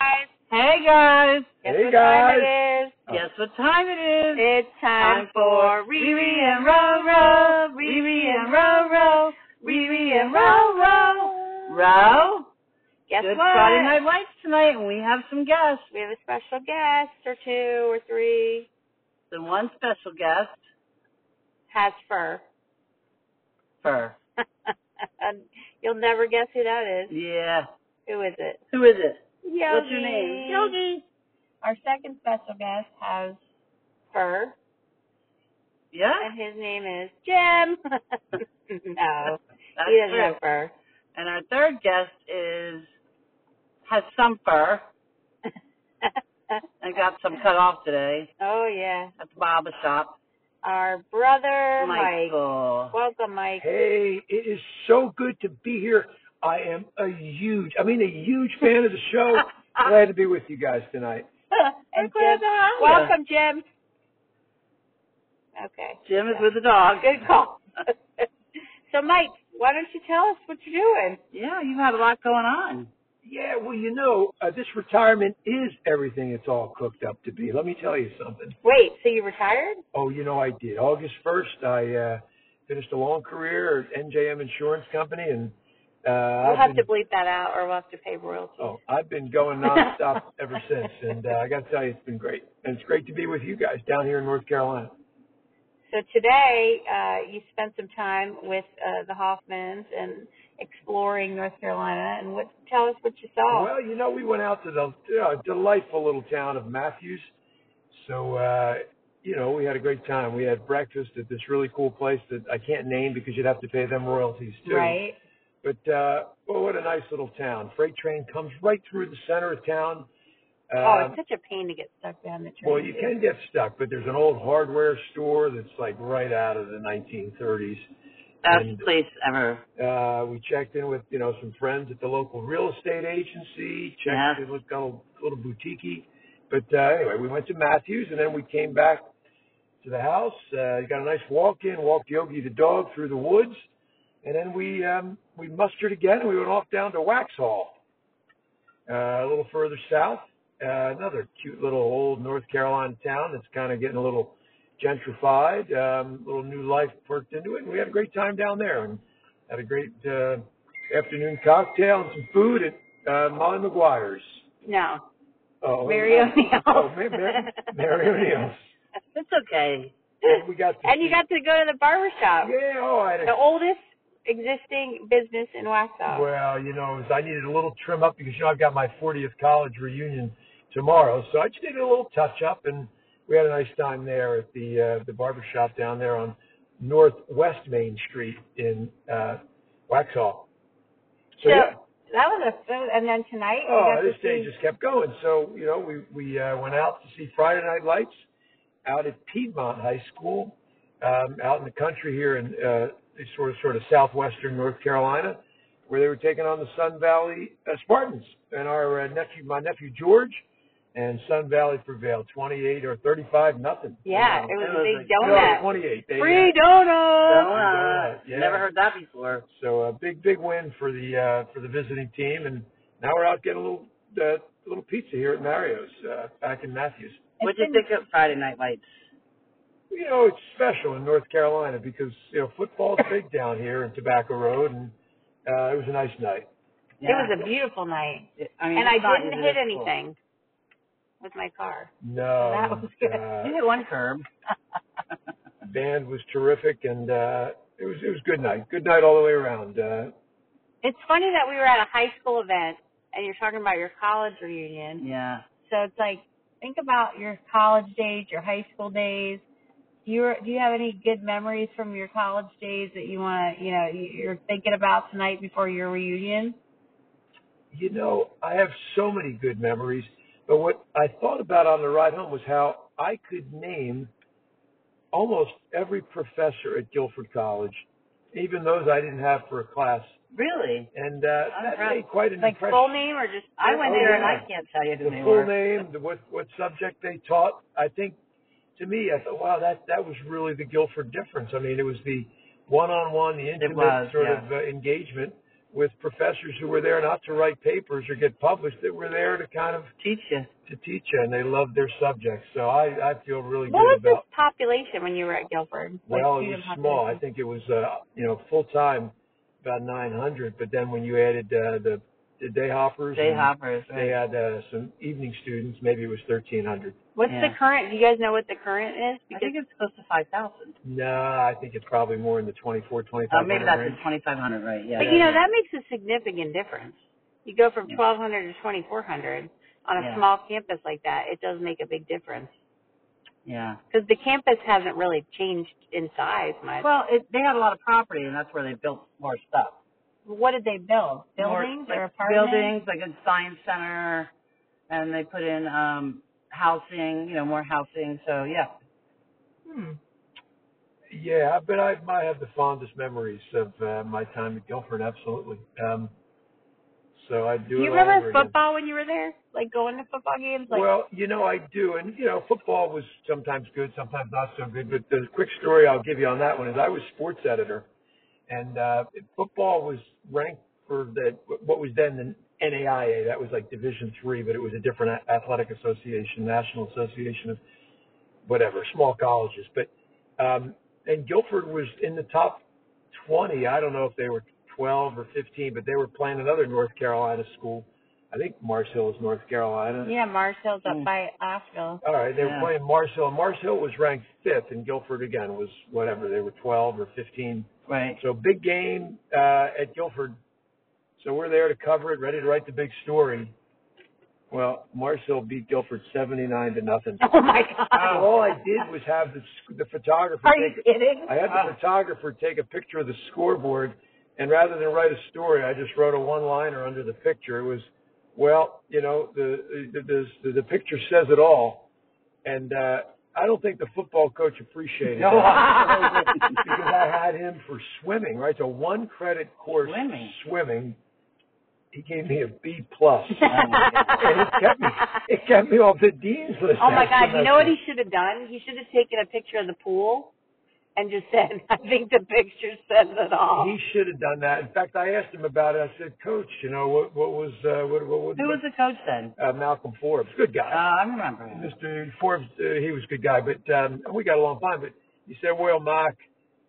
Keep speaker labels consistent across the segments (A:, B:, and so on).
A: guys.
B: Hey guys,
A: Guess
C: Hey,
A: what time
C: guys.
A: it is?
C: Oh.
B: guess what time it is?
A: It's time for Riri and
B: Roro,
A: Riri and
B: Roro,
A: Riri and Roro.
B: Ro.
A: Guess
B: Good
A: what?
B: Friday Night Lights tonight, and we have some guests.
A: We have a special guest or two or three.
B: The one special guest,
A: Has fur.
B: Fur.
A: And You'll never guess who that is.
B: Yeah.
A: Who is it?
B: Who is it?
A: Yogi.
B: What's your name? Yogi.
A: Our second special guest has fur,
B: Yeah.
A: and his name is Jim. no,
B: That's
A: he doesn't
B: true.
A: have fur.
B: And our third guest is has some fur. I got some cut off today
A: Oh yeah,
B: at the barber shop.
A: our brother Mike.
B: Michael.
A: Welcome, Mike.
C: Hey, it is so good to be here. I am a huge, I mean, a huge fan of the show. Glad to be with you guys tonight.
A: and
B: glad
A: Jim.
B: to have you.
A: Welcome, Jim. Okay.
B: Jim is with the dog.
A: Good call. so, Mike, why don't you tell us what you're doing?
B: Yeah, you've had a lot going on.
C: Yeah, well, you know, uh, this retirement is everything it's all cooked up to be. Let me tell you something.
A: Wait, so you retired?
C: Oh, you know, I did. August 1st, I uh, finished a long career at NJM Insurance Company, and uh,
A: we'll
C: I've
A: have
C: been,
A: to bleep that out, or we'll have to pay royalties.
C: oh, I've been going nonstop ever since. And uh, I got to tell you, it's been great. And it's great to be with you guys down here in North Carolina.
A: So today, uh, you spent some time with uh, the Hoffmans and exploring North Carolina. And what? Tell us what you saw.
C: Well, you know, we went out to the you know, delightful little town of Matthews. So, uh, you know, we had a great time. We had breakfast at this really cool place that I can't name because you'd have to pay them royalties too.
A: right.
C: But uh, well, what a nice little town. Freight train comes right through the center of town. Um,
A: oh, it's such a pain to get stuck down the train.
C: well, you can get stuck, but there's an old hardware store that's like right out of the 1930s.
B: Best
C: And-
B: place ever.
C: Uh, we checked in with you know some friends at the local real estate agency. Checked
B: Yeah.
C: in with got a little, little boutique. But uh, anyway, we went to Matthews and then we came back to the house. Uh, got a nice walk in. Walked Yogi the dog through the woods, and then we um, we mustered again and we went off down to Waxhaw, uh, a little further south. Uh, another cute little old North Carolina town that's kind of getting a little gentrified. Um, little new life worked into it, and we had a great time down there. And had a great uh, afternoon cocktail and some food at uh, Molly McGuire's.
A: No,
C: Oh,
A: Mary O'Neill.
C: Oh, Ma- Ma- Mary O'Neill's.
B: It's okay.
C: And we got to
A: And you
C: see-
A: got to go to the barber shop.
C: yeah. Oh, I had
A: The
C: a,
A: oldest existing business in Waxhaw.
C: well, you know, it was, I needed a little trim up because you know I've got my 40th college reunion tomorrow, so I just needed a little touch up, and we had a nice time there at the uh, the barber shop down there on Northwest Main Street in uh, Waxhaw. So,
A: So-
C: yeah.
A: That was a food. And then tonight, you
C: Oh,
A: got
C: this
A: to
C: day
A: see-
C: just kept going. So, you know, we, we uh, went out to see Friday Night Lights out at Piedmont High School, um, out in the country here in uh, sort of sort of southwestern North Carolina, where they were taking on the Sun Valley uh, Spartans. And our uh, nephew, my nephew George, and Sun Valley prevailed, 28 or 35, nothing.
A: yeah,
B: Wow,
A: it was
B: that
A: a
B: was
A: big
B: like-
C: No,
A: donut.
C: 28. They, uh,
A: Free donuts.
B: Wow.
C: Yeah.
B: Never heard that before.
C: so a big, big win for the uh, for the visiting team, and now we're out getting a little uh, little pizza here at Mario's uh, back in Matthews.
B: What'd you think of Friday Night Lights?
C: You know, it's special in North Carolina because you know football's big down here in Tobacco Road, and uh, it was a nice night.
A: It was a beautiful night.
B: I mean,
A: And I
B: it's not
A: didn't
B: easy
A: hit
B: to score.
A: anything with my car.
C: No,
A: That was good.
B: You
C: Uh,
B: hit one curb.
C: band was terrific, and uh, it was it was good night. Good night all the way around. Uh,
A: It's funny that we were at a high school event and you're talking about your college reunion.
B: yeah.
A: So it's like, think about your college days, your high school days. Do you do you have any good memories from your college days that you want to you know you- you're thinking about tonight before your reunion?
C: you know, I have so many good memories. But what I thought about on the ride home was how I could name almost every professor at Guilford College, even those I didn't have for a class.
B: Really?
C: And uh, that
B: proud.
C: made quite an
A: Like
C: impression.
A: full name or just
B: I went there and
C: yeah.
B: I can't tell you
C: the
B: who they
C: full
B: were.
C: name, the, what what subject they taught. I think to me, I thought, wow, that that was really the Guilford difference. I mean, it was the one-on-one, the intimate
B: was,
C: sort
B: yeah.
C: of uh, engagement with professors who were there not to write papers or get published, that were there to kind of
B: Teach you.
C: to teach you, and they loved their subjects. So I, I feel really
A: What was
C: good
A: the
C: about.
A: population when you were at Guilford? Like,
C: Well, it was
A: student
C: small. I
A: population?
C: think it was, uh, you know, full time, about 900. But then when you added uh, the the day hoppers,
B: Day
C: and
B: hoppers.
C: they had uh, some evening students. Maybe it was 1300.
A: What's the
B: yeah.
A: current? Do you guys know what the current is?
B: I think it's close to 5,000.
C: No, I think it's probably more in the 24,
B: Uh,
C: 25.
B: maybe that's in 2,500, right? Yeah.
A: But you know, that makes a significant difference. You go from
B: Yeah.
A: 1,200 to 2,400 on a
B: Yeah.
A: small campus like that. It does make a big difference
B: yeah.
A: because the campus hasn't really changed in size much.
B: Well, it, they had a lot of property, and that's where they built more stuff.
A: what did they build?
B: More,
A: Buildings
B: like,
A: or apartments?
B: Buildings, like a science center, and they put in um housing, you know, more housing. So yeah,
A: Hmm.
C: Yeah, but I might have the fondest memories of uh, my time at Guilford. Absolutely. Um, so I do.
A: Do you
C: it all over
A: remember
C: again.
A: football when you were there? Like going to football games? Like
C: well, you know, I do. And, you know, football was sometimes good, sometimes not so good. But the quick story I'll give you on that one is I was sports editor, and uh, football was ranked for the what was then the NAIA. That was like Division three, but it was a different a- athletic association, National Association of whatever, small colleges. But um, and Guilford was in the top 20. I don't know if they were 12 or 15, but they were playing another North Carolina school. I think Mars Hill is North Carolina.
A: yeah, Marshall's up
B: Mm.
A: by Asheville.
C: All right, they
B: Yeah.
C: were playing Mars Hill. and Mars Hill was ranked fifth, and Guilford again was whatever they were, twelve or fifteen.
B: right.
C: So big game uh, at Guilford. So we're there to cover it, ready to write the big story. Well, Mars Hill beat Guilford seventy-nine to nothing.
A: Oh my God!
C: So all I did was have the sc- the photographer.
A: Are you
C: take,
A: kidding?
C: I had the
B: Ah.
C: photographer take a picture of the scoreboard, and rather than write a story, I just wrote a one-liner under the picture. It was, well, you know, the the the, the picture says it all, and uh, I don't think the football coach appreciated
B: No.
C: that because I had him for swimming, right? So one credit course
B: Swimming.
C: swimming. He gave me a B plus. and it kept me
A: oh
C: it kept me off the dean's list.
A: my
C: that
A: God! You know what
C: semester.
A: he should have done? He should have taken a picture of the pool and just said, "I think the picture says it all."
C: He should have done that. In fact, I asked him about it. I said, "Coach, you know what? What was uh, what? What, what
B: Who was the coach then?
C: uh, Malcolm Forbes? Good
B: Uh,
C: guy,
B: I remember. him.
C: Mr. Forbes. Uh, he was a good guy, but um, we got along fine. But he said, "Well, Mike,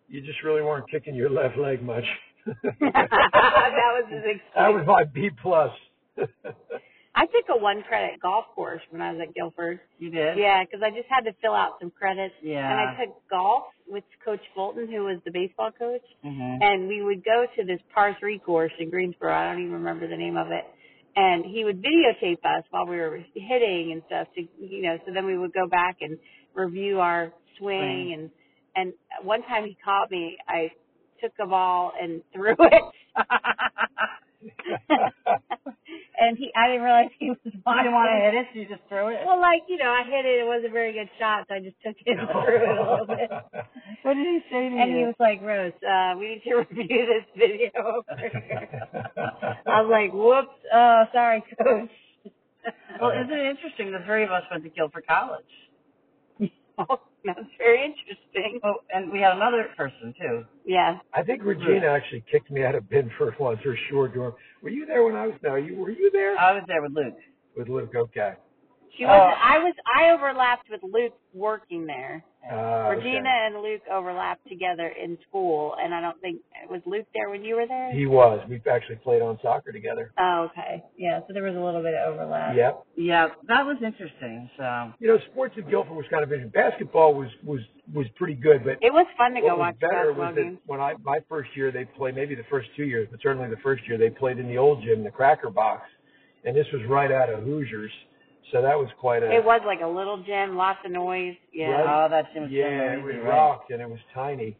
C: you just really weren't kicking your left leg much."
A: that was his excuse.
C: that was my B plus.
A: I took a one credit golf course when I was at Guilford.
B: You did.
A: Yeah, because I just had to fill out some credits.
B: Yeah.
A: And I took golf with Coach Fulton, who was the baseball coach.
B: Mm-hmm.
A: And we would go to this par three course in Greensboro. I don't even remember the name of it. And he would videotape us while we were hitting and stuff. To, you know, so then we would go back and review our swing.
B: Swing.
A: And and one time he caught me. I took a ball and threw it. and he, I didn't realize he was
B: I
A: watching.
B: didn't want to hit it, so you just threw it.
A: Well, like you know, I hit it. It wasn't a very good shot, so I just took it and threw it a little bit.
B: What did he say to
A: And he was like, "Rose, uh, we need to review this video." I was like, "Whoops, uh, sorry, coach."
B: well, isn't it interesting? The three of us went to Guilford College.
A: That's very interesting.
B: Well, Oh, and we had another person too.
A: Yeah,
C: I think Regina actually kicked me out of Binford once or shore dorm. Were you there when I was? No, you were you there
B: I was there with Luke.
C: with Luke? Okay.
A: she
B: Oh.
A: was. I was. I overlapped with Luke working there.
C: Uh,
A: Regina and Luke overlapped together in school, and I don't think was Luke there when you were there.
C: He was. We actually played on soccer together.
A: oh, okay. Yeah, so there was a little bit of overlap.
C: Yep.
B: Yeah, that was interesting. So
C: You know, sports at Guilford was kind of interesting. Basketball was was was pretty good, but
A: It was fun to go
C: what was
A: watch
C: better
A: basketball
C: was
A: games.
C: that when I my first year they played, maybe the first two years, but certainly the first year they played in the old gym, the Cracker Box, and this was right out of Hoosiers, so that was quite a
A: It was like a little gym, lots of noise. Yeah.
C: Right.
B: oh, that seems so
C: yeah, it was
B: noisy, right?
C: rocked and it was tiny.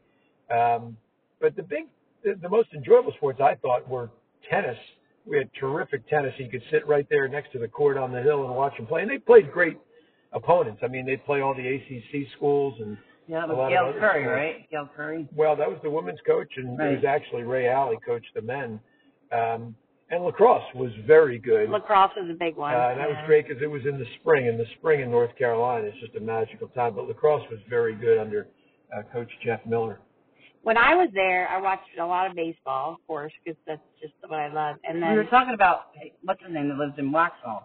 C: Um, but the big, the, the most enjoyable sports I thought were tennis. We had terrific tennis. You could sit right there next to the court on the hill and watch them play, and they played great opponents. I mean, they play all the ACC schools, and
B: Yeah, that
C: A lot
B: was
C: of
B: Gail
C: other
B: Curry,
C: sports.
B: right? Gail Curry.
C: well, that was the women's coach, and it was
B: Right.
C: actually Ray Alley coached the men. Um, and lacrosse was very good.
A: Lacrosse is a big one.
C: Uh, and that was great because it was in the spring, and the spring in North Carolina is just a magical time. But lacrosse was very good under uh, Coach Jeff Miller.
A: when I was there, I watched a lot of baseball, of course, because that's just what I love. And
B: we were
A: then
B: talking about hey, what's his name that lives in Waxhaw.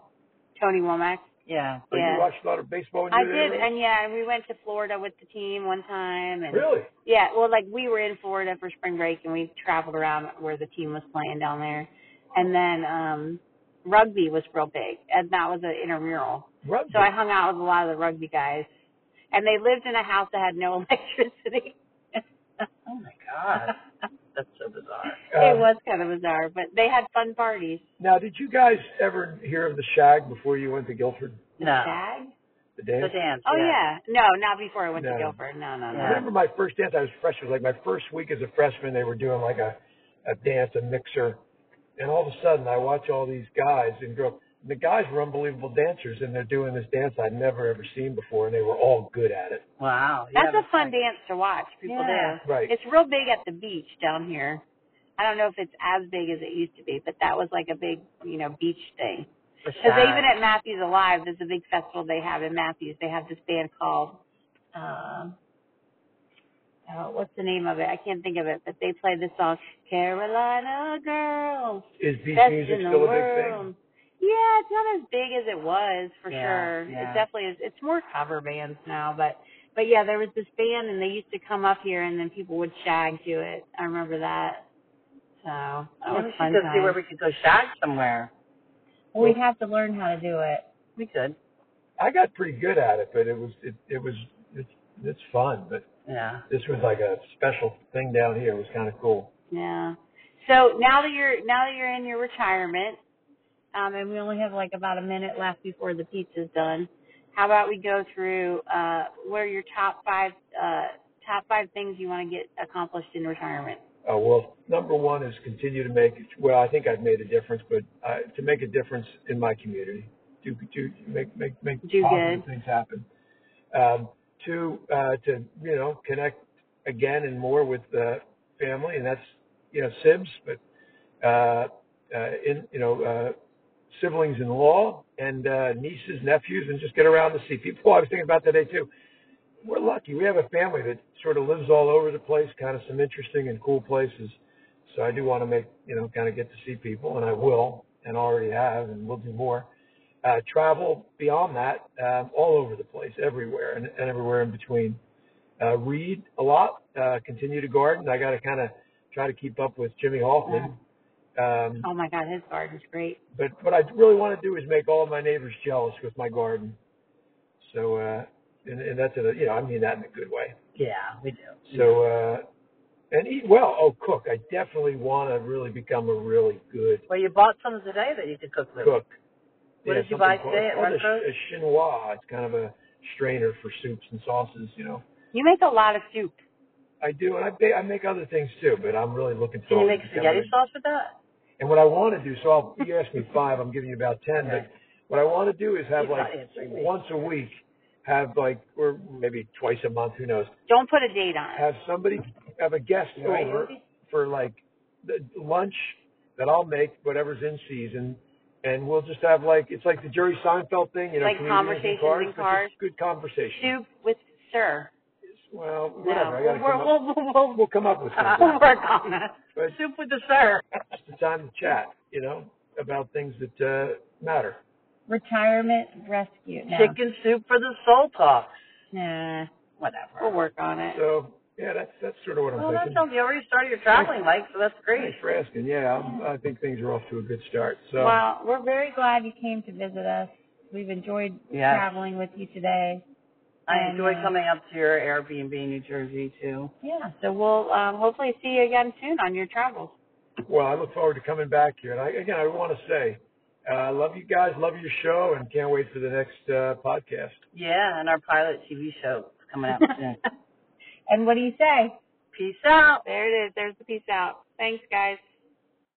A: Tony Womack.
B: Yeah.
C: So
A: Yeah.
C: you watched a lot of baseball when you
A: I
C: were
A: did,
C: there?
A: and yeah, and we went to Florida with the team one time, and
C: Really?
A: yeah, well, like we were in Florida for spring break, and we traveled around where the team was playing down there, and then um rugby was real big, and that was an intramural,
C: Rugby.
A: so I hung out with a lot of the rugby guys, and they lived in a house that had no electricity.
B: Oh my God. That's so bizarre.
C: Uh,
A: it was kind of bizarre, but they had fun parties.
C: Now, did you guys ever hear of the Shag before you went to Guilford?
B: No.
A: Shag?
C: The
B: The
C: dance?
B: dance.
A: Oh yeah. No, not before I went
C: No.
A: to Guilford. No, no,
C: I
A: no.
C: remember my first dance. I was freshman. Like my first week as a freshman, they were doing like a, a dance, a mixer, and all of a sudden, I watch all these guys and girls. And the guys were unbelievable dancers, and they're doing this dance I'd never ever seen before, and they were all good at it.
B: Wow. yeah,
A: That's a fun
B: like-
A: dance to watch. People
B: Yeah.
A: do.
C: Right.
A: It's real big at the beach down here. I don't know if it's as big as it used to be, but that was like a big, you know, beach thing.
B: The
A: Because
B: shag.
A: even at Matthews Alive, there's a big festival they have in Matthews. They have this band called, um, oh, what's the name of it? I can't think of it, but they play this song, Carolina Girls.
C: Is beach
A: Best
C: music
A: in the
C: still a big
A: world.
C: thing?
A: Yeah, it's not as big as it was for
B: Yeah,
A: sure.
B: yeah.
A: It definitely is. It's more cover bands now, but but yeah, there was this band and they used to come up here and then people would shag to it. I remember that. So that
B: Maybe
A: was
B: we
A: fun
B: should go see where
A: time.
B: we could go shag somewhere.
A: Well, we'd have to learn how to do it.
B: We could.
C: I got pretty good at it, but it was it it was it's it's fun, but
B: Yeah.
C: this was like a special thing down here. It was kind of cool.
A: Yeah. So now that you're now that you're in your retirement, um, and we only have like about a minute left before the pizza's done, how about we go through uh, what are your top five uh, top five things you want to get accomplished in retirement?
C: Uh, well, number one is continue to make. Well, I think I've made a difference, but uh, to make a difference in my community, do do make make make
A: Do
C: positive
A: good.
C: things happen. Um, two, uh, to you know connect again and more with uh, family, and that's you know sibs, but uh, uh, in you know uh, siblings in law and uh, nieces, nephews, and just get around to see people. I was thinking about that today too. We're lucky. We have a family that sort of lives all over the place, kind of some interesting and cool places. So I do want to make, you know, kind of get to see people, and I will, and already have, and will do more. Uh, travel beyond that, um, all over the place, everywhere, and, and everywhere in between. Uh, read a lot, uh, continue to garden. I got to kind of try to keep up with Jimmy Hoffman. Um,
A: Oh my God, his garden's great.
C: but what I really want to do is make all of my neighbors jealous with my garden. So, uh, and, and that's in a, you know, I mean that in a good way.
B: Yeah, we do.
C: So, uh, and eat well. Oh, cook. I definitely want to really become a really good
B: Well, you bought some today that you could cook with.
C: cook.
B: What
C: Yeah,
B: did you
C: something
B: buy
C: called-
B: today at
C: called a,
B: Runcorn?
C: ch- a chinois. It's kind of a strainer for soups and sauces, you know.
A: You make a lot of soup.
C: I do, and I, ba- I make other things too, but I'm really looking
B: Can you
C: forward
B: make
C: to
B: spaghetti
C: becoming-
B: sauce with that?
C: And what I want to do, so I'll, you asked me five, I'm giving you about ten,
B: Okay.
C: but what I want to do is have
B: You're
C: like
B: not answering me.
C: once a week, have like, or maybe twice a month, who knows,
A: Don't put a date on it.
C: have somebody, have a guest
B: Right.
C: over for like the lunch that I'll make, whatever's in season. And we'll just have like, it's like the Jerry Seinfeld thing, you know,
A: Like
C: comedians
A: conversations
C: and
A: in
C: cars, but just
A: cars.
C: good conversation.
A: Soup with sir.
C: Well,
A: No,
C: whatever. I gotta come up,
A: we'll, we'll, we'll,
C: we'll come up with something.
A: we'll work on that.
C: But
B: Soup with the sir.
C: it's the time to chat, you know, about things that uh, matter.
A: Retirement rescue. No.
B: Chicken soup for the soul talk.
A: Nah,
B: Whatever.
A: we'll work on it.
C: So yeah, that's that's sort of what I'm
B: Well, that
C: thinking.
B: sounds you already started your traveling, Mike, so that's great.
C: Thanks for asking. Yeah, I'm, I think things are off to a good start. So
A: Well, we're very glad you came to visit us. We've enjoyed
B: Yes.
A: traveling with you today.
B: I
A: And,
B: enjoy
A: uh,
B: coming up to your Airbnb in New Jersey too.
A: Yeah. So we'll um, hopefully see you again soon on your travels.
C: well, I look forward to coming back here. And I, again, I want to say, uh, I love you guys, love your show, and can't wait for the next uh, podcast.
B: Yeah, and our pilot TV show is coming out soon.
A: and what do you say?
B: Peace out.
A: There it is. There's the peace out. Thanks, guys.